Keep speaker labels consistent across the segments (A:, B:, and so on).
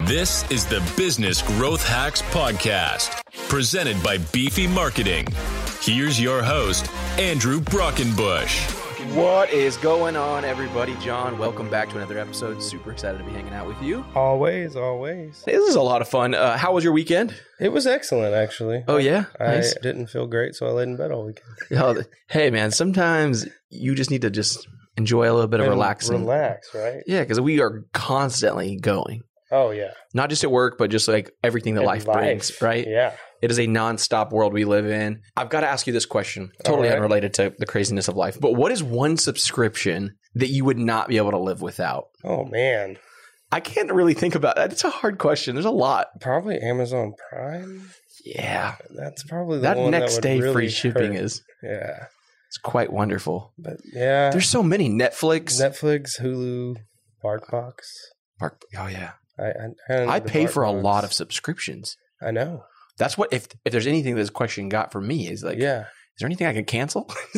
A: This is the Business Growth Hacks Podcast, presented by Beefy Marketing. Here's your host, Andrew Brockenbush.
B: What is going on, everybody? John, welcome back to another episode. Super excited to be hanging out with you.
C: Always, always.
B: Hey, this is a lot of fun. Uh, how was your weekend?
C: It was excellent, actually.
B: Oh yeah,
C: I didn't feel great, so I laid in bed all weekend.
B: Oh, th- hey man, sometimes you just need to just enjoy a little bit of
C: And
B: relaxing.
C: Relax, right?
B: Yeah, because we are constantly going,
C: Oh, yeah.
B: not just at work, but just like everything that
C: And
B: life, brings. Right?
C: Yeah.
B: It is a nonstop world we live in. I've got to ask you this question, totally
C: All right.
B: unrelated to the craziness of life. But what is one subscription that you would not be able to live without?
C: Oh, man.
B: I can't really think about that. It's a hard question. There's a lot.
C: Probably Amazon Prime.
B: Yeah.
C: That's probably the
B: That
C: one
B: next
C: would
B: day
C: really
B: free shipping
C: hurt.
B: is
C: Yeah.
B: it's quite wonderful.
C: But yeah.
B: There's so many Netflix.
C: Netflix, Hulu, BarkBox.
B: Bark- oh yeah.
C: I, I, I, don't
B: I
C: need the
B: pay for a
C: BarkBox.
B: lot of subscriptions.
C: I know.
B: That's what if if there's anything this question got for me is like
C: yeah.
B: is there anything I can cancel?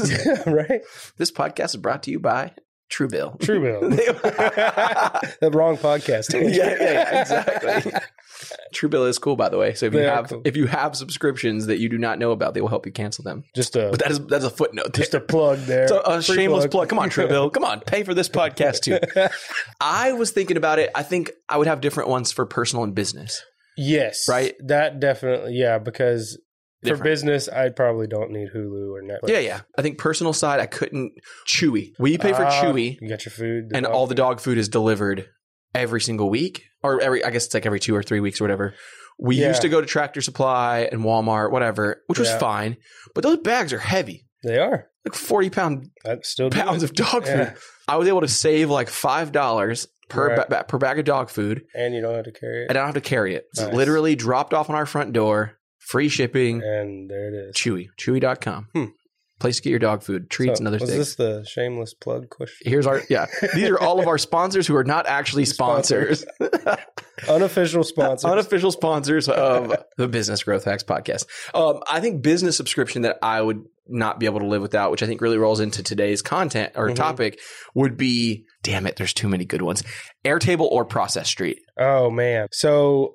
C: right?
B: this podcast is brought to you by Truebill.
C: Truebill.
B: yeah,
C: the wrong podcast.
B: yeah, exactly. Truebill is cool by the way. So if you
C: They are
B: have
C: cool.
B: if you have subscriptions that you do not know about, they will help you cancel them.
C: Just a
B: But that is that's a footnote. there.
C: just a plug there.
B: It's a, a
C: Free
B: shameless plug. Come on, Truebill. Come on, pay for this podcast too. I was thinking about it. I think I would have different ones for personal and business.
C: Yes.
B: Right?
C: That definitely, yeah, because
B: Different.
C: for business, I probably don't need Hulu or Netflix.
B: yeah, yeah. I think personal side, I couldn't. Chewy. We pay for
C: Ah,
B: Chewy,
C: You got your food.
B: and all the dog food is delivered every single week, or every. I guess it's like every two or three weeks or whatever. We
C: Yeah.
B: used to go to Tractor Supply and Walmart, whatever, which was
C: Yeah.
B: fine. But those bags are heavy,
C: They are.
B: like forty pound
C: That's still do
B: pounds
C: it.
B: of dog
C: Yeah.
B: food. I was able to save like five dollars per
C: Right.
B: ba- per bag of dog food.
C: And you don't have to
B: I
C: carry it.
B: don't have to carry it. It's
C: Nice.
B: literally dropped off on our front door, free shipping,
C: And there it is.
B: Chewy, chewy.com.
C: Hmm.
B: Place to get your dog food, treats,
C: So,
B: and other
C: was
B: things.
C: this the shameless plug question?
B: Here's our, yeah, these are all of our sponsors who are not actually sponsors,
C: Unofficial sponsor.
B: unofficial sponsors of the Business Growth Hacks podcast. Um, I think business subscription that I would not be able to live without, which I think really rolls into today's content or
C: Mhm.
B: topic, would be damn it, there's too many good ones Airtable or Process Street.
C: oh, man. So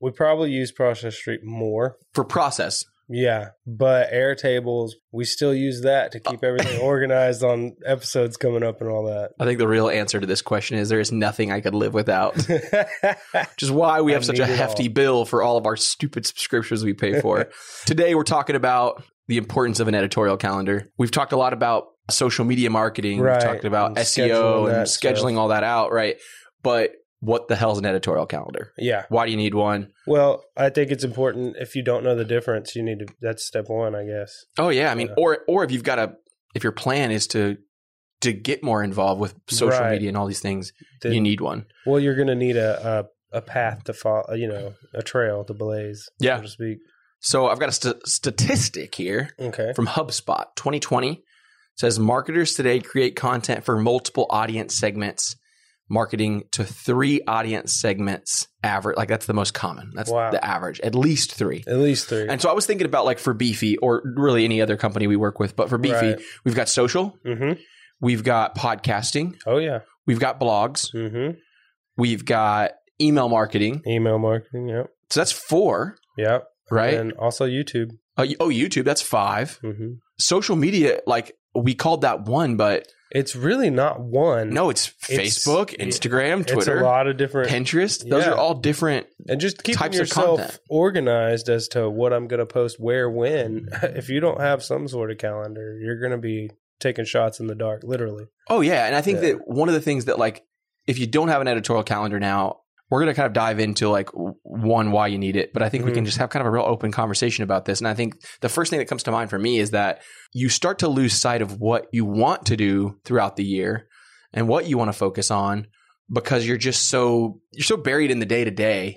C: we probably use Process Street more.
B: For process,
C: Yeah, but air tables, we still use that to
B: Uh,
C: keep everything organized on episodes coming up and all
B: I think the real answer to this question is there is nothing I could live without.
C: that.
B: which is why we
C: I
B: have such a
C: need it
B: hefty
C: all.
B: bill for all of our stupid subscriptions we pay for. Today, we're talking about the importance of an editorial calendar. We've talked a lot about social media marketing.
C: Right,
B: We've talked about
C: and
B: SEO and
C: scheduling that
B: scheduling
C: stuff.
B: all that out, right? But what the hell's an editorial calendar?
C: yeah.
B: Why do you need one?
C: Well, I think it's important if you don't know the difference, you need to that's step one, I guess.
B: Oh yeah, I mean,
C: Yeah.
B: or or if you've got a if your plan is to to get more involved with social
C: Right.
B: media and all these things,
C: Then-
B: you need one.
C: well, you're going to need a, a a path to follow, you know, a trail to blaze, so
B: Yeah.
C: to speak.
B: So I've got a st- statistic here.
C: Okay.
B: from HubSpot 2020 says marketers today create content for multiple audience segments, marketing to three audience segments average. Like that's the most common. That's
C: Wow.
B: the average, at least three.
C: At least three.
B: And so I was thinking about like for Beefy or really any other company we work with, but for Beefy,
C: Right.
B: we've got social,
C: Mhm.
B: we've got podcasting,
C: Oh yeah.
B: we've got blogs,
C: Mhm.
B: we've got email marketing.
C: Email marketing, yep.
B: So that's four,
C: Yep.
B: right?
C: And also YouTube.
B: Uh, oh, YouTube, that's five.
C: Mhm.
B: Social media, like we called that one, but
C: It's really not one.
B: No, it's
C: It's-
B: Facebook, Instagram,
C: it's a
B: Twitter,
C: lot of different
B: Pinterest. Those
C: Yeah.
B: are all different.
C: and just keeping
B: types of
C: yourself
B: content.
C: organized as to what I'm going to post where when. If you don't have some sort of calendar, you're going to be taking shots in the dark literally.
B: Oh yeah, and I think
C: Yeah.
B: that one of the things that like if you don't have an editorial calendar now, we're going to kind of dive into like w- one why you need it, but I think we
C: Mhm.
B: can just have kind of a real open conversation about this. And I think the first thing that comes to mind for me is that you start to lose sight of what you want to do throughout the year and what you want to focus on because you're just so you're so buried in the day to day.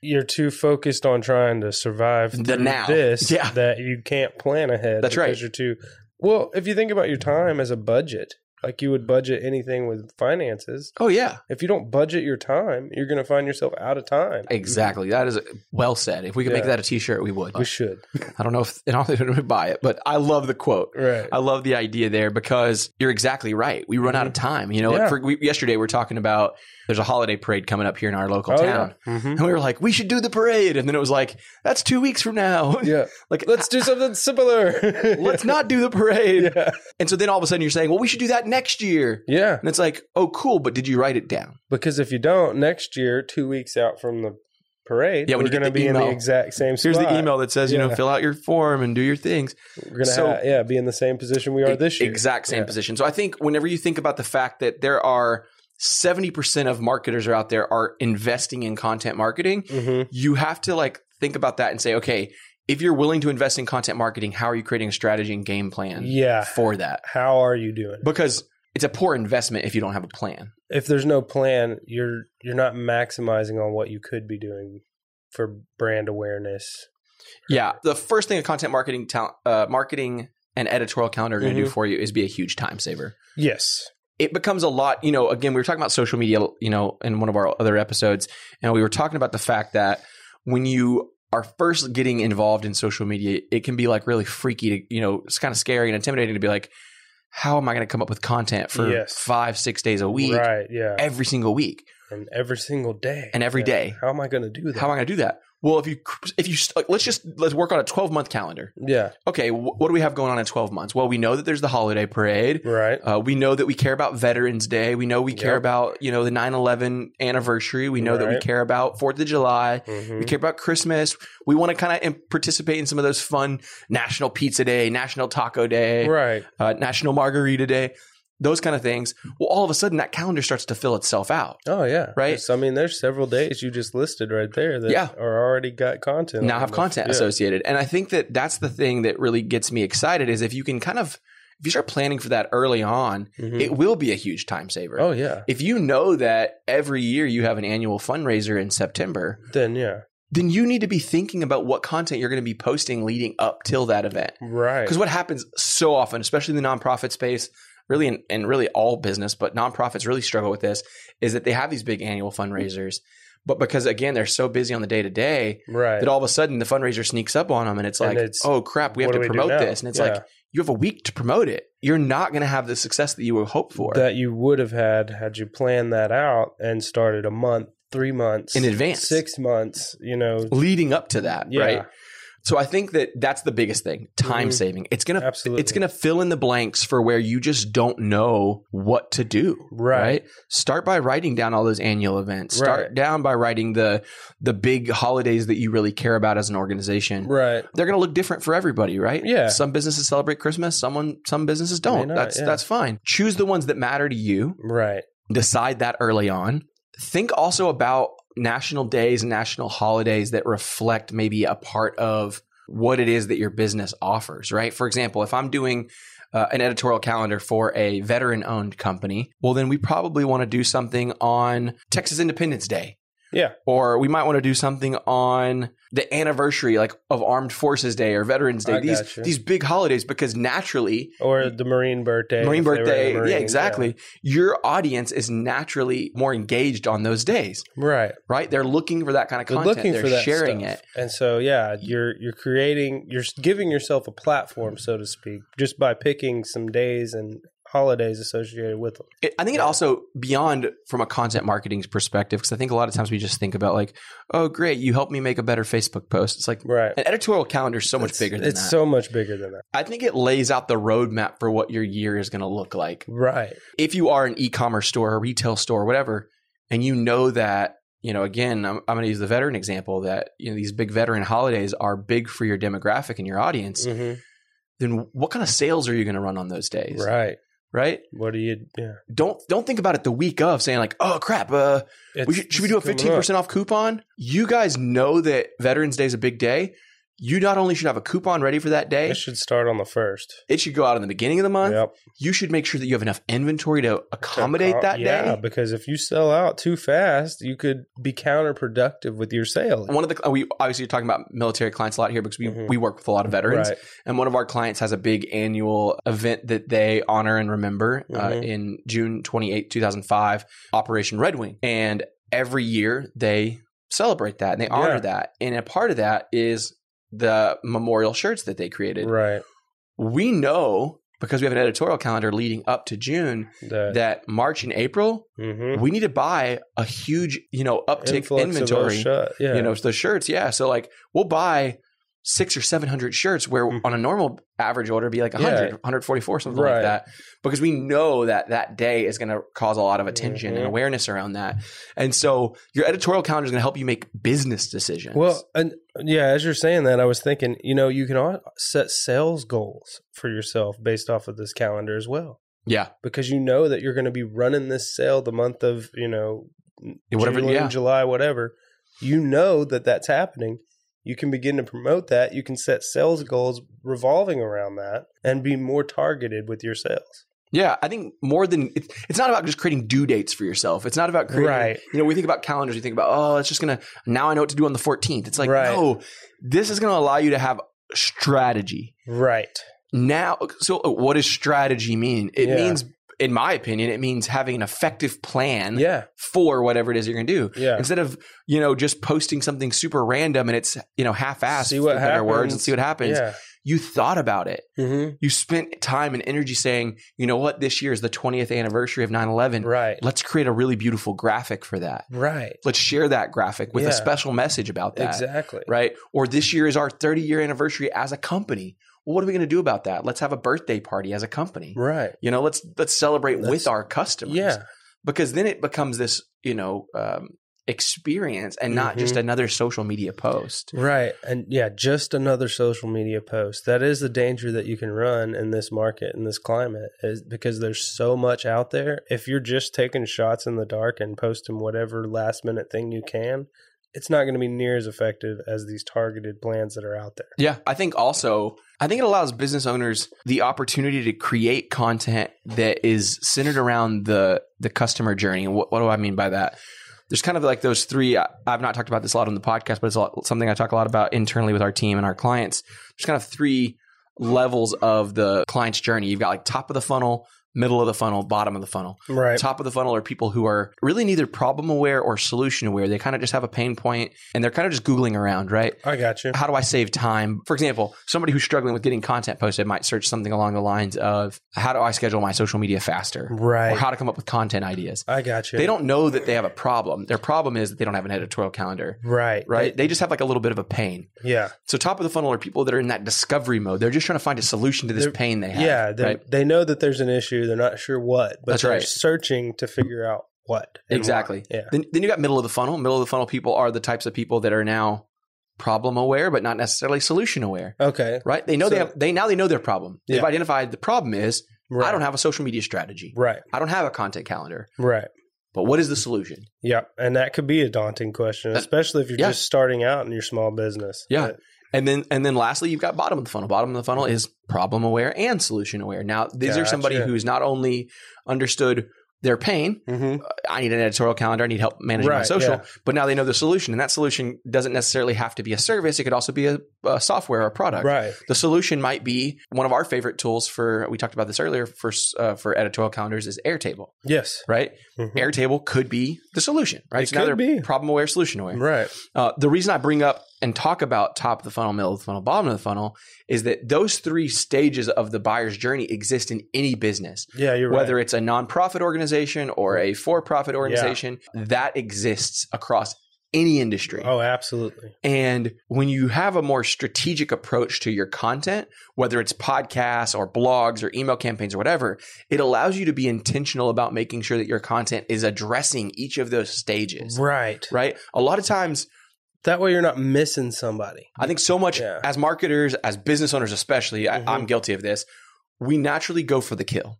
C: you're too focused on trying to survive
B: The
C: through
B: now.
C: this
B: Yeah.
C: that you can't plan ahead.
B: That's
C: because
B: right.
C: You're too well. If you think about your time as a budget, like you would budget anything with finances.
B: Oh yeah,
C: If you don't budget your time, you're going to find yourself out of time.
B: exactly. That is uh, well said. If we could make
C: Yeah.
B: that a T-shirt, we would.
C: We should.
B: I don't know if I don't think we would buy it, but I love the quote.
C: Right.
B: I love the idea there because you're exactly right. We run out of time. You know, like
C: Mm-hmm. Yeah.
B: for, we, yesterday we were talking about there's a holiday parade coming up here in our local town,
C: yeah. Mhm.
B: and we were like, we should do the parade, and then it was like, that's two weeks from now.
C: Yeah.
B: like let's
C: Let's do something similar.
B: let's not do the parade.
C: Yeah.
B: And so then all of a sudden you're saying, well, we should do that next year,
C: Yeah.
B: and it's like, oh, cool, but did you write it down?
C: Because if you don't, next year, two weeks out from the parade,
B: Yeah, when
C: we're
B: you get
C: going to
B: the
C: be in the
B: email.
C: exact same
B: Here's
C: spot.
B: the email that says, you know,
C: Yeah.
B: fill out your form and do your things.
C: We're going to
B: So-
C: yeah, be in the same position we are this year.
B: Exact same
C: Yeah.
B: position. So I think whenever you think about the fact that there are 70% of marketers are out there are investing in content marketing,
C: Mhm.
B: you have to like think about that and say, okay, if you're willing to invest in content marketing, how are you creating a strategy and game plan
C: Yeah.
B: for that?
C: How are you doing?
B: Because it's a poor investment if you don't have a plan.
C: if there's no plan, you're you're not maximizing on what you could be doing for brand awareness.
B: Yeah. The first thing a content marketing talent, uh, marketing and editorial calendar are going to do
C: Mhm.
B: for you is be a huge time saver.
C: Yes.
B: it becomes a lot you know again we were talking about social media you know in one of our other episodes and we were talking about the fact that when you are first getting involved in social media it can be like really freaky to you know it's kind of scary and intimidating to be like how am i going to come up with content for
C: Yes.
B: five six days a week
C: Right. Yeah.
B: every single week
C: and every single day.
B: And every
C: Yeah.
B: day.
C: How am I going to do that?
B: how am i going to do that well if you if you like, let's just let's work on a 12 month calendar
C: yeah.
B: okay wh- what do we have going on in 12 months well we know that there's the holiday parade
C: Right.
B: Uh, we know that we care about Veterans Day. We know we care
C: Yep.
B: about you know the 9/11 anniversary. We know that we
C: Right.
B: care about Fourth of July.
C: Mhm.
B: We care about Christmas. We want to kind of participate in some of those fun National Pizza Day, National Taco Day,
C: Right.
B: uh, National Margarita Day, those kind of things. Well, all of a sudden that calendar starts to fill itself out.
C: Oh yeah.
B: Right?
C: There's- I mean, there's several days you just listed right there that
B: Yeah.
C: are already got content.
B: now
C: on
B: have
C: them.
B: content
C: Yeah.
B: associated. And I think that that's the thing that really gets me excited is if you can kind of if you start planning for that early on,
C: Mhm.
B: it will be a huge time saver.
C: oh yeah.
B: if you know that every year you have an annual fundraiser in September,
C: Then yeah.
B: then you need to be thinking about what content you're going to be posting leading up till that event.
C: Right.
B: Because what happens so often, especially in the nonprofit space, really, in, and really all business, but nonprofits really struggle with this, is that they have these big annual fundraisers. But because again, they're so busy on the day to day
C: Right.
B: that all of a sudden the fundraiser sneaks up on them and it's
C: And
B: like,
C: it's,
B: oh crap, we have
C: what
B: to
C: do do
B: promote
C: now?
B: this. And it's
C: Yeah.
B: like, you have a week to promote it. You're not going to have the success that you would hope for
C: that you would have had had you planned that out and started a month, three months
B: in advance.
C: six months. You know,
B: leading up to that,
C: yeah,
B: right? So I think that that's the biggest thing: time
C: Mhm.
B: saving. It's gonna
C: absolutely.
B: it's gonna fill in the blanks for where you just don't know what to do.
C: Right.
B: Start by writing down all those annual events. Start
C: Right.
B: down by writing the the big holidays that you really care about as an organization.
C: right.
B: They're going to look different for everybody, right?
C: Yeah.
B: Some businesses celebrate Christmas. Someone, some businesses don't.
C: not,
B: that's
C: yeah.
B: that's fine. Choose the ones that matter to you
C: Right.
B: decide that early on. Think also about national days and national holidays that reflect maybe a part of what it is that your business offers, right? For example, if I'm doing uh, an editorial calendar for a veteran owned company, well, then we probably want to do something on Texas Independence Day.
C: Yeah.
B: Or we might want to do something on the anniversary like of Armed Forces Day or Veterans Day.
C: I
B: these
C: gotcha.
B: these big holidays because naturally
C: Or the Marine birthday.
B: Marine
C: if they were in the
B: birthday. yeah,
C: Marines,
B: exactly. Your audience is naturally more engaged on those days,
C: Right.
B: right? They're looking for that kind of
C: They're
B: content.
C: looking
B: They're
C: for that
B: sharing
C: stuff.
B: it.
C: And so yeah, you're you're creating you're giving yourself a platform, so to speak, just by picking some days and holidays associated with them.
B: It- I think it
C: Yeah.
B: also beyond from a content marketing perspective, because I think a lot of times we just think about like, oh, great, you helped me make a better Facebook post. It's like
C: Right.
B: an editorial calendar is so much
C: It's-
B: bigger than
C: it's
B: that.
C: so much bigger than that.
B: I think it lays out the roadmap for what your year is going to look like.
C: Right.
B: if you are an e-commerce store, a retail store, whatever, and you know that, you know, again, I'm, I'm going to use the veteran example that you know these big veteran holidays are big for your demographic and your audience.
C: Mhm.
B: Then what kind of sales are you going to run on those days,
C: Right.
B: right?
C: What do you? Yeah.
B: Don't don't think about it the week of saying like, oh crap, uh, we
C: It's-
B: should, should we do a
C: it's coming
B: 15 percent off coupon? You guys know that Veterans Day is a big day. you not only should have a coupon ready for that day,
C: It should start on the first.
B: it should go out in the beginning of the month.
C: Yep.
B: You should make sure that you have enough inventory to accommodate that
C: Yeah,
B: day.
C: because if you sell out too fast, you could be counterproductive with your sales.
B: One of the uh, we obviously are talking about military clients a lot here because we,
C: Mhm.
B: we work with a lot of veterans,
C: Right.
B: and one of our clients has a big annual event that they honor and remember uh,
C: Mhm.
B: in June twenty eighth, two thousand five, Operation Red Wing, and every year they celebrate that and they honor
C: Yeah.
B: that, and a part of that is the memorial shirts that they created.
C: Right.
B: We know because we have an editorial calendar leading up to June
C: That,
B: that March and April
C: mhm.
B: we need to buy a huge, you know, uptick
C: Influx of those
B: inventory.
C: shut- Yeah.
B: You know, the shirts, yeah. So like we'll buy six or seven hundred shirts where
C: Mhm.
B: on a normal average order it'd be like
C: Yeah.
B: 100, 144, something
C: Right.
B: like that. Because we know that that day is going to cause a lot of attention and
C: Mhm.
B: awareness around that. And so your editorial calendar is going to help you make business decisions.
C: Well, and yeah, as you're saying that, I was thinking, you know, you can al- set sales goals for yourself based off of this calendar as well,
B: yeah.
C: because you know that you're going to be running this sale the month of, you know,
B: Whatever-
C: June,
B: yeah.
C: July, whatever. You know that that's happening. You can begin to promote that. You can set sales goals revolving around that and be more targeted with your sales.
B: Yeah, I think more than it- it's not about just creating due dates for yourself. It's not about creating.
C: Right.
B: You know, we think about calendars. We think about oh, it's just gonna now I know what to do on the 14th. It's like
C: Right.
B: no, this is gonna allow you to have strategy
C: Right.
B: now. So uh, what does strategy mean? It
C: Yeah.
B: means, in my opinion, it means having an effective plan
C: Yeah.
B: for whatever it is you're gonna do.
C: Yeah.
B: Instead of you know just posting something super random and it's you know half-assed,
C: See what
B: for better words, and
C: happens.
B: see what happens.
C: Yeah.
B: You thought about it
C: Mm-hmm.
B: you spent time and energy saying, you know what, this year is the 20th anniversary of 9 11.
C: Right.
B: Let's create a really beautiful graphic for that.
C: Right.
B: Let's share that graphic with
C: Yeah.
B: a special message about that.
C: Exactly.
B: Right. Or this year is our 30 year anniversary as a company. Well, what are we going to do about that? Let's have a birthday party as a company.
C: Right.
B: You know, let's let's celebrate
C: Let's-
B: with our customers.
C: Yeah.
B: Because then it becomes this, you know, um, experience and not just
C: Mhm.
B: another social media post.
C: Right. And yeah, just another social media post. That is the danger that you can run in this market, in this climate, is because there's so much out there. If you're just taking shots in the dark and posting whatever last minute thing you can, it's not going to be near as effective as these targeted plans that are out there.
B: Yeah. I think also, I think it allows business owners the opportunity to create content that is centered around the the customer journey. And what, what do I mean by that? There's kind of like those three. I, I've not talked about this a lot on the podcast, but it's a lot, something I talk a lot about internally with our team and our clients. There's kind of three levels of the client's journey. You've got like top of the funnel, middle of the funnel, bottom of the funnel
C: Right.
B: top of the funnel are people who are really neither problem aware or solution aware. They kind of just have a pain point and they're kind of just Googling around, right?
C: I got you.
B: How do I save time? For example, somebody who's struggling with getting content posted might search something along the lines of how do I schedule my social media faster? Or
C: Right.
B: how to come up with content ideas.
C: I got you.
B: They don't know that they have a problem. Their problem is that they don't have an editorial calendar,
C: Right.
B: right? They just have like a little bit of a pain.
C: Yeah.
B: So, top of the funnel are people that are in that discovery mode. They're just trying to find a solution to this
C: They're-
B: pain they have.
C: Yeah. They
B: right?
C: they know that there's an issue. They're not sure what, but
B: That's
C: they're
B: right.
C: searching to figure out what. and why.
B: Exactly.
C: Yeah.
B: Then, then you got middle of the funnel. Middle of the funnel people are the types of people that are now problem aware, but not necessarily solution aware.
C: Okay.
B: Right? They know they
C: So-
B: have. They now they know their problem. They've
C: Yeah.
B: identified the problem is
C: Right.
B: I don't have a social media strategy.
C: Right.
B: I don't have a content calendar.
C: Right.
B: But what is the solution?
C: Yeah, and that could be a daunting question,
B: That-
C: especially if you're
B: yeah.
C: just starting out in your small business.
B: Yeah. And then and then lastly, you've got bottom of the funnel. Bottom of the funnel is problem aware and solution aware. Now these are somebody
C: Gotcha.
B: who's not only understood their pain.
C: hmm
B: I need an editorial calendar. I need help managing my
C: Right,
B: social.
C: yeah.
B: But now they know the solution, and that solution doesn't necessarily have to be a service. It could also be a, a software or a product.
C: Right.
B: The solution might be one of our favorite tools for. We talked about this earlier for uh, for editorial calendars is Airtable,
C: Yes.
B: right?
C: Mhm.
B: Airtable could be the solution, right?
C: It could be.
B: problem aware, solution aware.
C: Right.
B: Uh, the reason I bring up and talk about top of the funnel, middle of the funnel, bottom of the funnel is that those three stages of the buyer's journey exist in any business
C: Yeah, you're
B: whether
C: right.
B: it's a nonprofit organization or a for-profit organization that exists across any industry
C: Oh, absolutely.
B: and when you have a more strategic approach to your content whether it's podcasts or blogs or email campaigns or whatever it allows you to be intentional about making sure that your content is addressing each of those stages
C: Right.
B: right a lot of times
C: That way you're not missing somebody.
B: I think so much
C: Yeah.
B: as marketers, as business owners, especially,
C: Mhm.
B: I, I'm guilty of this. We naturally go for the kill.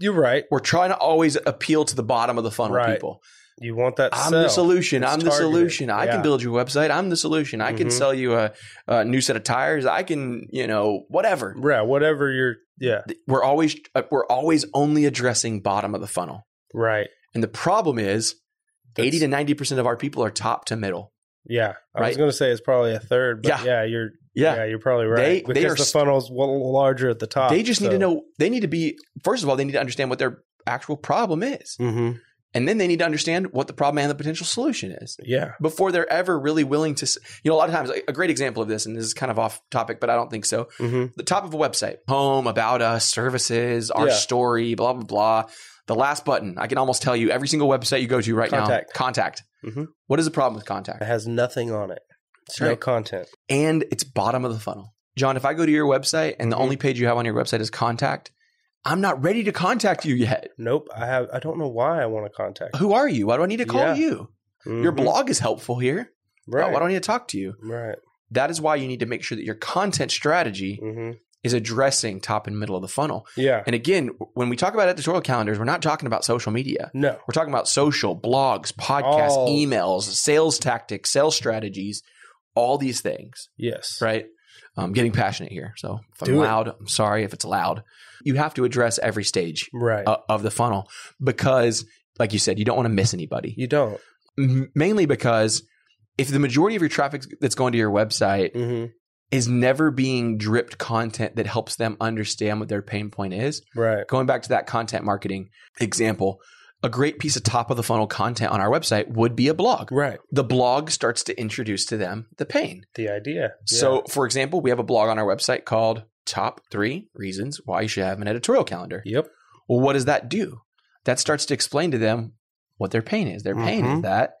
C: You're right.
B: We're trying to always appeal to the bottom of the funnel
C: Right.
B: people.
C: You want that?
B: I'm
C: sell.
B: the solution.
C: It's
B: I'm the
C: targeted.
B: solution. I
C: Yeah.
B: can build your website. I'm the solution. I can
C: Mhm.
B: sell you a, a new set of tires. I can, you know, whatever.
C: Yeah, whatever you're. Yeah,
B: We're always uh, we're always only addressing bottom of the funnel.
C: right.
B: And the problem is 80 to 90% of our people are top to middle.
C: Yeah, I was
B: Right.
C: going to say it's probably a third, but
B: Yeah.
C: yeah, you're yeah.
B: Yeah.
C: you're probably right
B: They- they
C: because
B: are
C: the
B: s-
C: funnel's wa- larger at the top.
B: they just need to
C: so-
B: know they need to be first of all they need to understand what their actual problem is.
C: Mhm.
B: And then they need to understand what the problem and the potential solution is.
C: Yeah,
B: before they're ever really willing to s- you know a lot of times a- a great example of this and this is kind of off topic but i don't think so
C: hmm
B: the top of a website home about us services our
C: Yeah.
B: story blah blah blah the last button i can almost tell you every single website you go to right
C: Contact.
B: now contact
C: Mhm.
B: What is the problem with contact
C: it has nothing on it. It's no
B: Right.
C: content.
B: and it's bottom of the funnel john if i go to your website and the
C: Mhm.
B: only page you have on your website is contact i'm not ready to contact you yet
C: Nope. I have. I don't know why I want to contact.
B: who are you why do i need to call
C: Yeah.
B: you your
C: Mhm.
B: blog is helpful here
C: Right.
B: why do i need to talk to you
C: right.
B: that is why you need to make sure that your content strategy
C: hmm
B: is addressing top and middle of the funnel.
C: Yeah.
B: And again, when we talk about editorial calendars, we're not talking about social media.
C: No.
B: We're talking about social, blogs, podcasts,
C: All-
B: emails, sales tactics, sales strategies, all these things,
C: Yes.
B: right? I'm getting passionate here. So if I'm
C: Do it.
B: loud, I'm sorry if it's loud. You have to address every stage
C: Right.
B: uh, of the funnel because, like you said, you don't want to miss anybody.
C: you don't.
B: M- Mainly because if the majority of your traffic that's going to your website
C: hmm
B: is never being dripped content that helps them understand what their pain point is.
C: Right.
B: Going back to that content marketing example, a great piece of top of the funnel content on our website would be a blog.
C: Right.
B: The blog starts to introduce to them the pain.
C: The idea.
B: So, for example, we have a blog on our website called Top Three Reasons Why You Should Have an Editorial Calendar.
C: Yeah. Yep.
B: Well, what does that do? That starts to explain to them what their pain is. Their pain
C: Mhm.
B: is that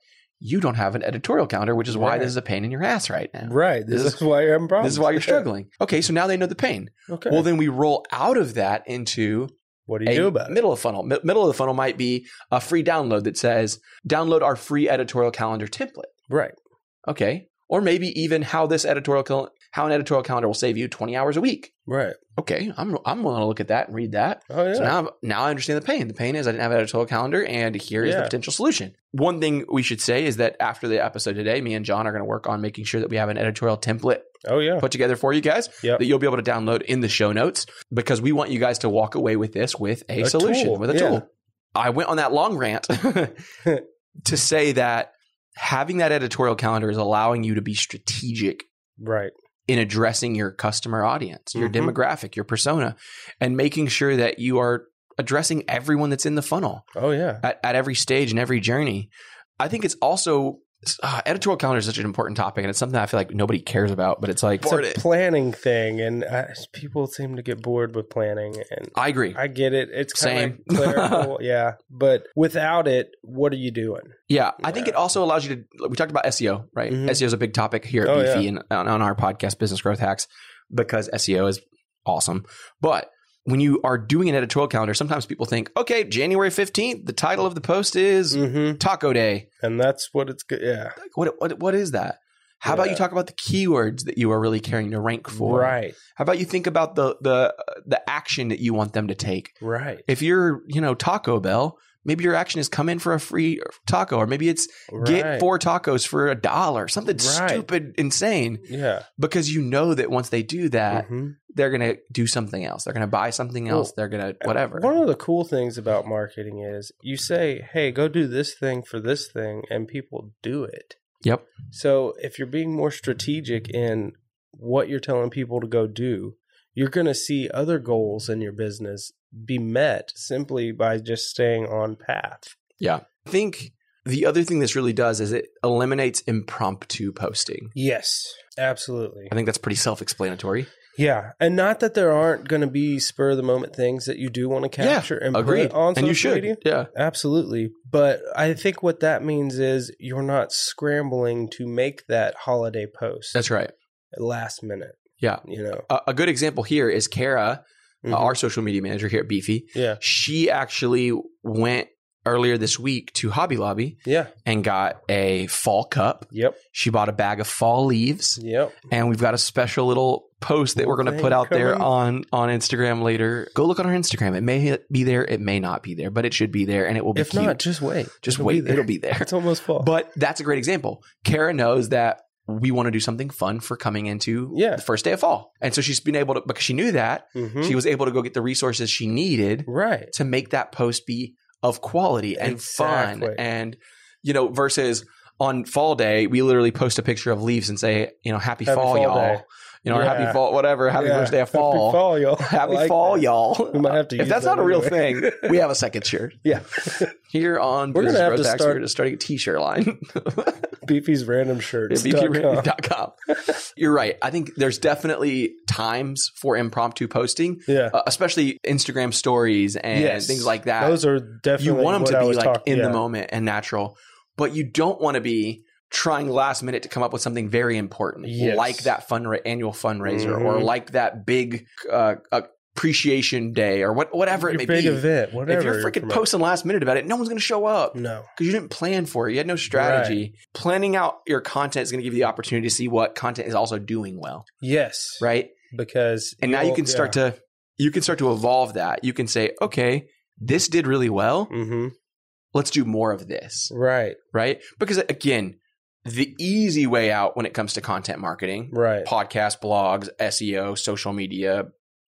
B: you don't have an editorial calendar, which is why
C: Right.
B: this is a pain in your ass right now.
C: Right. This,
B: This
C: is why you're having problems.
B: This is why you're struggling. Okay, so now they know the pain.
C: okay.
B: Well, then we roll out of that into
C: what do you
B: a
C: do about it?
B: middle of funnel. Mi- middle of the funnel might be a free download that says, download our free editorial calendar template.
C: Right.
B: Okay. Or maybe even how this editorial cal- how an editorial calendar will save you 20 hours a week.
C: Right.
B: Okay, I'm I'm willing to look at that and read that.
C: Oh yeah.
B: So now, now I understand the pain. The pain is I didn't have an editorial calendar, and here is the
C: Yeah.
B: potential solution. One thing we should say is that after the episode today, me and John are going to work on making sure that we have an editorial template
C: oh yeah.
B: put together for you guys
C: Yep.
B: that you'll be able to download in the show notes because we want you guys to walk away with this with a,
C: A
B: solution,
C: tool,
B: with a
C: yeah.
B: tool. I went on that long rant to say that having that editorial calendar is allowing you to be strategic
C: Right.
B: in addressing your customer audience, your
C: Mhm.
B: demographic, your persona, and making sure that you are addressing everyone that's in the funnel
C: Oh yeah.
B: at, at every stage and every journey. I think it's also uh, editorial calendar is such an important topic, and it's something I feel like nobody cares about. But it's like
C: It's a planning thing, and I, people seem to get bored with planning. And
B: I agree.
C: I get it; it's kind
B: Same.
C: of clerical, yeah. But without it, what are you doing?
B: yeah, I think
C: Yeah.
B: it also allows you to. We talked about SEO, right?
C: Mhm.
B: SEO is a big topic here at
C: Oh,
B: Beefy and on, on our podcast, Business Growth Hacks, because SEO is awesome. But when you are doing an editorial calendar, sometimes people think, okay, January fifteenth, the title of the post is
C: Mm-hmm.
B: Taco Day.
C: And that's what it's good. Yeah,
B: Like, What what what is that? How about you
C: Yeah.
B: talk about the keywords that you are really caring to rank for?
C: right,
B: How about you think about the the the action that you want them to take?
C: right,
B: If you're, you know, Taco Bell, maybe your action is come in for a free taco, or maybe it's
C: right.
B: get four tacos for a dollar, something
C: Right.
B: stupid, insane.
C: yeah.
B: Because you know that once they do that,
C: Mhm.
B: they're gonna do something else. They're gonna buy something else.
C: Well, uh,
B: they're gonna whatever.
C: One of the cool things about marketing is you say, "Hey, go do this thing for this thing," and people do it.
B: Yep.
C: So if you're being more strategic in what you're telling people to go do, you're going to see other goals in your business be met simply by just staying on path.
B: I think the other thing this really does is it eliminates impromptu posting.
C: Yes, absolutely.
B: I think that's pretty self-explanatory.
C: Yeah, and not that there aren't going to be spur of the moment things that you do want to
B: Yeah,
C: capture and
B: Agreed.
C: put on
B: and
C: social
B: you should.
C: media.
B: Yeah.
C: Absolutely. But I think what that means is you're not scrambling to make that holiday post
B: That's right.
C: last minute.
B: Yeah.
C: You know,
B: A, a good example here is Kara, uh,
C: Mhm.
B: our social media manager here at Beefy.
C: yeah.
B: She actually went earlier this week to Hobby Lobby
C: Yeah.
B: and got a fall cup.
C: Yep.
B: She bought a bag of fall leaves,
C: Yep.
B: and we've got a special little post that we're going to
C: Thing
B: put out there
C: coming.
B: on on Instagram later. Go look on our Instagram. It may be there, it may not be there, but it should be there, and it will be.
C: If
B: cute.
C: not, just wait.
B: just
C: It'll be
B: wait,
C: there.
B: it'll be there.
C: It's almost fall.
B: But that's a great example. Kara knows that we want to do something fun for coming into
C: Yeah.
B: the first day of fall, and so she's been able to because she knew that
C: Mhm.
B: she was able to go get the resources she needed
C: right.
B: to make that post be of quality and fun
C: Exactly.
B: and you know versus on fall day we literally post a picture of leaves and say you know happy,
C: Happy
B: fall,
C: fall
B: y'all
C: day.
B: you know or happy
C: Yeah.
B: fall whatever happy
C: Yeah.
B: first day of fall
C: Happy fall, y'all.
B: happy
C: I like
B: fall
C: that.
B: y'all
C: We might have to
B: if
C: use
B: that's
C: that
B: not a real
C: anyway.
B: thing we have a second shirt
C: Yeah.
B: here on
C: We're gonna
B: Business
C: have
B: Growth
C: to
B: Hacks,
C: start-
B: we're just starting a t-shirt line
C: BP's random shirts.
B: bprandy.com you're right i think there's definitely times for impromptu posting
C: Yeah.
B: uh, especially instagram stories and
C: Yes.
B: things like that
C: Those are definitely
B: you want
C: what
B: them
C: I
B: to be
C: was
B: like
C: talking-
B: in
C: yeah.
B: the moment and natural, but you don't want to be trying last minute to come up with something very important,
C: Yes.
B: like that fundraiser, annual fundraiser, or
C: Mhm.
B: like that big uh, appreciation day, or what, whatever
C: Your
B: it may
C: big
B: be.
C: event, whatever.
B: if you're freaking
C: promoting.
B: posting last minute about it, no one's going to show up because
C: No.
B: you didn't plan for it. You had no strategy. Planning out your content is going to give you the opportunity to see what content is also doing well,
C: Yes.
B: right?
C: Because
B: And now you
C: you'll-
B: can start to you can start to evolve that. You can say, okay, this did really well.
C: yeah. Mhm.
B: Let's do more of this
C: Right.
B: right? Because again, the easy way out when it comes to content marketing,
C: Right.
B: podcast, blogs, SEO, social media,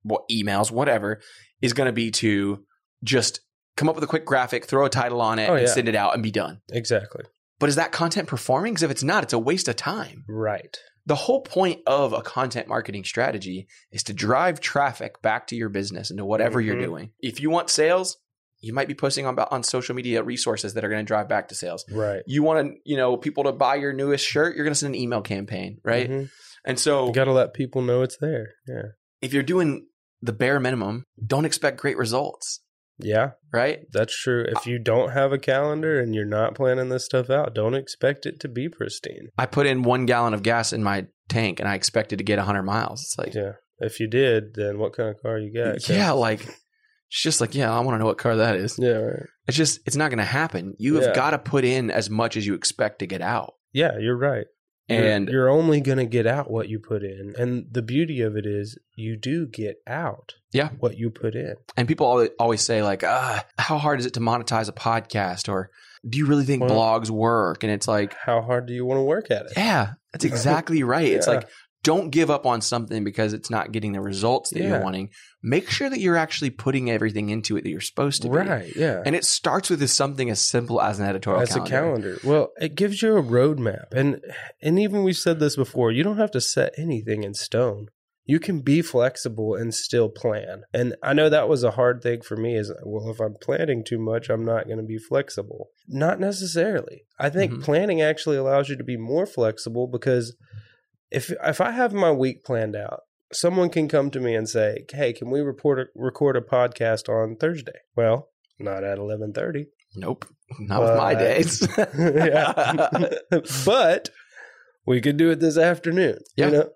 B: what emails, whatever, is going to be to just come up with a quick graphic, throw a title on it,
C: Oh,
B: and
C: yeah.
B: send it out and be done.
C: Exactly.
B: But is that content performing? Because if it's not, it's a waste of time.
C: Right.
B: The whole point of a content marketing strategy is to drive traffic back to your business and to whatever you're
C: Mhm.
B: doing. If you want sales, you might be posting on, on social media resources that are going to drive back to sales
C: Right.
B: you want to you know people to buy your newest shirt you're going to send an email campaign right
C: Mhm.
B: and so
C: You got to let people know it's there. Yeah.
B: if you're doing the bare minimum don't expect great results
C: Yeah,
B: right
C: that's true. If you don't have a calendar and you're not planning this stuff out, don't expect it to be pristine.
B: i put in one gallon of gas in my tank and i expected to get 100 miles it's like yeah,
C: Yeah. If you did, then what kind of car you got? 'Cause-
B: like it's just like yeah i want to know what car that is
C: Yeah. Right.
B: it's just it's not going to happen you have
C: Yeah.
B: got to put in as much as you expect to get out
C: Yeah, you're right. You're-
B: and
C: you're, only going to get out what you put in. And the beauty of it is you do get out
B: Yeah.
C: what you put in.
B: and people always, always say like ah how hard is it to monetize a podcast or do you really think
C: Well-
B: blogs work and it's like
C: How hard do you want to work at it?
B: Yeah, that's exactly right. It's
C: Yeah.
B: like don't give up on something because it's not getting the results that you're
C: Yeah.
B: wanting. Make sure that you're actually putting everything into it that you're supposed to be.
C: Right. Yeah.
B: And it starts with this, something as simple as an editorial
C: That's
B: calendar.
C: a calendar. Well, it gives you a roadmap, and and even we've said this before. You don't have to set anything in stone. You can be flexible and still plan. And I know that was a hard thing for me. Is well, if I'm planning too much, I'm not going to be flexible. Not necessarily. I think
B: Mhm.
C: planning actually allows you to be more flexible because if if I have my week planned out. Someone can come to me and say, "Hey, can we report a, record a podcast on Thursday?" Well, not at eleven thirty
B: Nope, not with my
C: But-
B: days.
C: yeah. but we could do it this afternoon.
B: Yeah.
C: You know?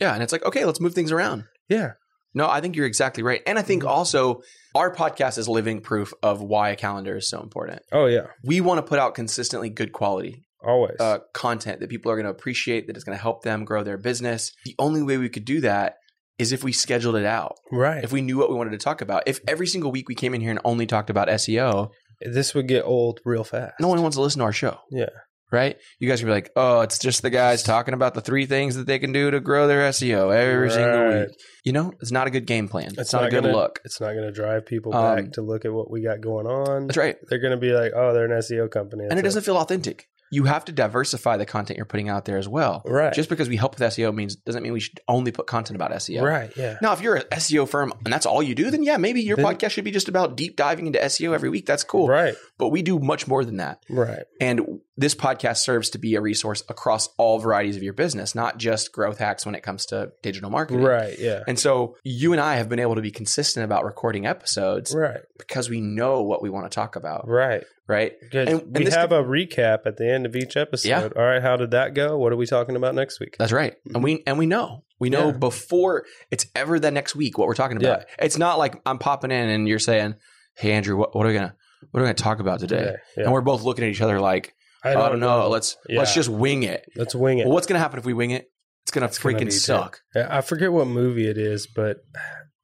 B: yeah, and it's like okay, let's move things around.
C: Yeah.
B: No, I think you're exactly right, and I think
C: Mm-hmm.
B: also our podcast is living proof of why a calendar is so important.
C: Oh yeah.
B: We want to put out consistently good quality
C: Always.
B: uh, content that people are going to appreciate, that is going to help them grow their business. The only way we could do that is if we scheduled it out,
C: right.
B: if we knew what we wanted to talk about. If every single week we came in here and only talked about SEO,
C: this would get old real fast.
B: no one wants to listen to our show.
C: Yeah.
B: Right? You guys would be like, oh, it's just the guys talking about the three things that they can do to grow their SEO every single
C: Right.
B: week. You know, it's not a good game plan. It's, not, a good
C: gonna,
B: look.
C: It's not going to drive people
B: Um,
C: back to look at what we got going on.
B: That's right.
C: They're going to be like, "Oh, they're an SEO company,"
B: and it
C: That's
B: doesn't feel authentic. You have to diversify the content you're putting out there as well.
C: Right.
B: Just because we help with SEO means doesn't mean we should only put content about E SEO.
C: Right. Yeah.
B: Now, if you're an SEO firm and that's all you do, then yeah, maybe your
C: Then-
B: podcast should be just about deep diving into SEO every week. That's cool.
C: Right.
B: But we do much more than that.
C: Right.
B: And this podcast serves to be a resource across all varieties of your business, not just growth hacks when it comes to digital marketing.
C: Right. Yeah.
B: And so you and I have been able to be consistent about recording episodes
C: Right.
B: because we know what we want to talk about,
C: Right.
B: right?
C: Because
B: And- and
C: we
B: this
C: have a recap at the end of each episode.
B: Yeah.
C: All right, how did that go? What are we talking about next week?
B: That's right. And we and we know. We know
C: Mm-hmm. Yeah.
B: before it's ever the next week what we're talking about. It's not like I'm popping in and you're saying, "Hey Andrew, what, what are we going to what are we going to talk about today?
C: today. Yeah.
B: And we're both looking at each other like,
C: I
B: I
C: don't,
B: don't, know. Let's let's
C: Yeah.
B: just wing it.
C: Let's wing it.
B: Well, what's going to happen if we wing it? It's going to
C: It's gonna be
B: freaking suck.
C: Yeah, Uh, I forget what movie it is, but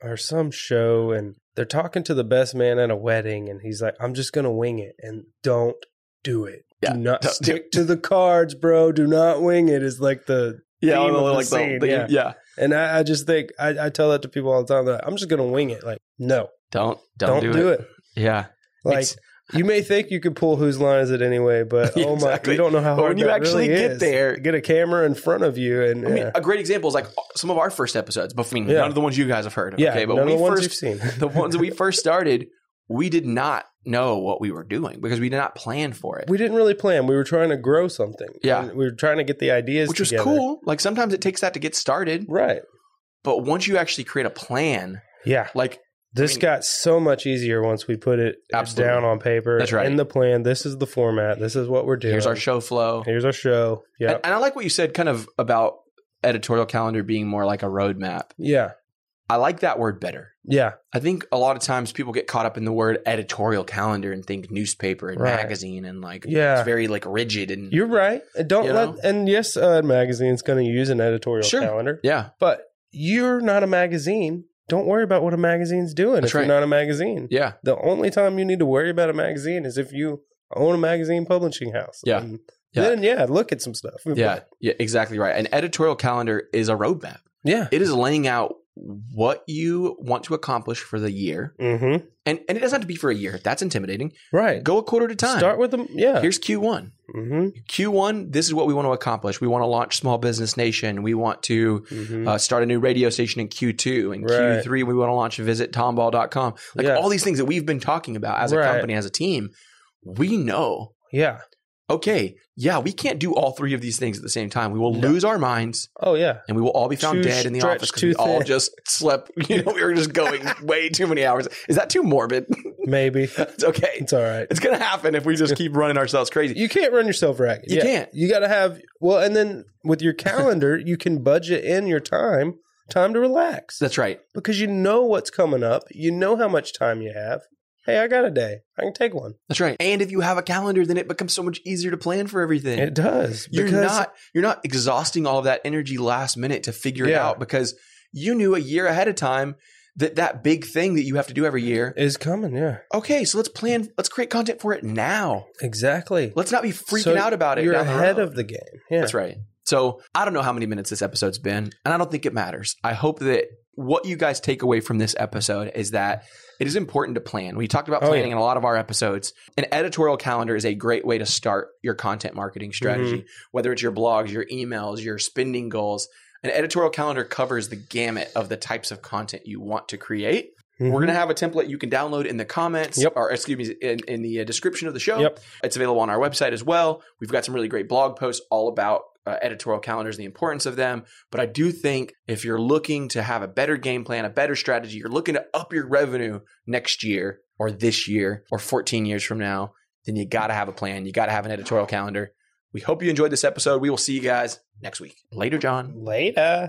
C: or some show, and they're talking to the best man at a wedding, and he's like, "I'm just gonna wing it," and don't do it.
B: Yeah,
C: do not
B: don't do
C: stick to the cards, bro. Do not wing it. Is like the
B: Yeah,
C: Theme
B: I
C: of
B: know,
C: the
B: like the-
C: scene,
B: the-
C: yeah.
B: yeah.
C: and I, I just think I, I tell that to people all the time. They're like, I'm just gonna wing it. Like, no,
B: Don't
C: don't,
B: don't,
C: do it.
B: Yeah.
C: Like,
B: It's-
C: you may think you could pull whose line is it anyway, but
B: Yeah,
C: oh my,
B: exactly.
C: you don't know how
B: But
C: hard
B: when you
C: that
B: actually
C: really
B: get
C: is.
B: there-
C: get a camera in front of you, and uh,
B: I mean,
C: yeah.
B: a great example is like some of our first episodes, but I mean,
C: Yeah.
B: none of the ones you guys have heard.
C: yeah,
B: okay, but
C: none
B: we
C: of the ones
B: first
C: you've seen.
B: the ones we first started, we did not know what we were doing because we did not plan for it,
C: we didn't really plan. We were trying to grow something.
B: Yeah.
C: And we were trying to get the ideas,
B: which was
C: together.
B: cool. Like sometimes it takes that to get started,
C: right?
B: but once you actually create a plan,
C: Yeah,
B: like
C: this
B: mean-
C: got so much easier once we put it
B: Absolutely.
C: down on paper.
B: That's right.
C: In the plan, this is the format. This is what we're doing.
B: here's our show flow.
C: Here's our show. Yeah,
B: And, and I like what you said, kind of about editorial calendar being more like a roadmap.
C: yeah,
B: I like that word better.
C: yeah.
B: I think a lot of times people get caught up in the word editorial calendar and think newspaper and
C: Right.
B: magazine and like
C: Yeah.
B: it's very like rigid and
C: You're right. And Don't
B: You
C: let.
B: know?
C: And yes, uh, magazine's going to use an editorial
B: Sure.
C: calendar,
B: yeah
C: but you're not a magazine. Don't worry about what a magazine's doing
B: That's
C: if
B: right.
C: you're not a magazine.
B: yeah
C: The only time you need to worry about a magazine is if you own a magazine publishing house.
B: Yeah.
C: And
B: Yeah.
C: Then yeah, look at some stuff.
B: yeah yeah exactly right. An editorial calendar is a roadmap.
C: Yeah.
B: It is laying out what you want to accomplish for the year,
C: Mm-hmm.
B: and and it doesn't have to be for a year. That's intimidating.
C: Right.
B: Go a quarter at a time.
C: Start with them. Yeah.
B: Here's Q one.
C: mm-hmm.
B: Q one. This is what we want to accomplish. We want to launch Small Business Nation. We want to
C: Mm-hmm.
B: uh, start a new radio station in Q2 and
C: Right.
B: Q3 we want to launch visit tomball.com like
C: Yeah.
B: all these things that we've been talking about as a
C: Right.
B: company as a team we know
C: yeah.
B: okay yeah we can't do all three of these things at the same time we will
C: No.
B: lose our minds
C: Oh yeah.
B: and we will all be found
C: Too
B: dead in the
C: stretched
B: office because
C: too
B: we all
C: thin.
B: just slept you know we were just going way too many hours is that too morbid
C: Maybe
B: it's okay
C: it's all right.
B: it's gonna happen if we just keep running ourselves crazy
C: You can't run yourself ragged.
B: You
C: Yeah.
B: can't.
C: You got to have well, and then with your calendar, you can budget in your time, time to relax
B: that's right
C: because you know what's coming up. You know how much time you have. Hey, I got a day. I can take one.
B: that's right and if you have a calendar then it becomes so much easier to plan for everything
C: It does.
B: you're
C: because-
B: not you're not exhausting all of that energy last minute to figure it
C: Yeah.
B: out because you knew a year ahead of time that that big thing that you have to do every year
C: is coming. Yeah.
B: okay so let's plan let's create content for it now
C: Exactly.
B: let's not be freaking
C: So
B: out about it
C: You're
B: down the
C: ahead
B: road.
C: of the game. Yeah.
B: that's right so i don't know how many minutes this episode's been and i don't think it matters i hope that what you guys take away from this episode is that it is important to plan. We talked about
C: Oh, yeah.
B: planning in a lot of our episodes. An editorial calendar is a great way to start your content marketing strategy
C: Mm-hmm.
B: whether it's your blogs, your emails, your spending goals. An editorial calendar covers the gamut of the types of content you want to create. We're going to have a template you can download in the comments
C: Mm-hmm. Yep.
B: or excuse me in, in the uh, description of the show.
C: Yep.
B: It's available on our website as well. We've got some really great blog posts all about uh, editorial calendars, the importance of them. But I do think if you're looking to have a better game plan, a better strategy, you're looking to up your revenue next year or this year or 14 years from now, then you got to have a plan. You got to have an editorial calendar. We hope you enjoyed this episode. We will see you guys next week. Later, John.
C: Mm-hmm. Later.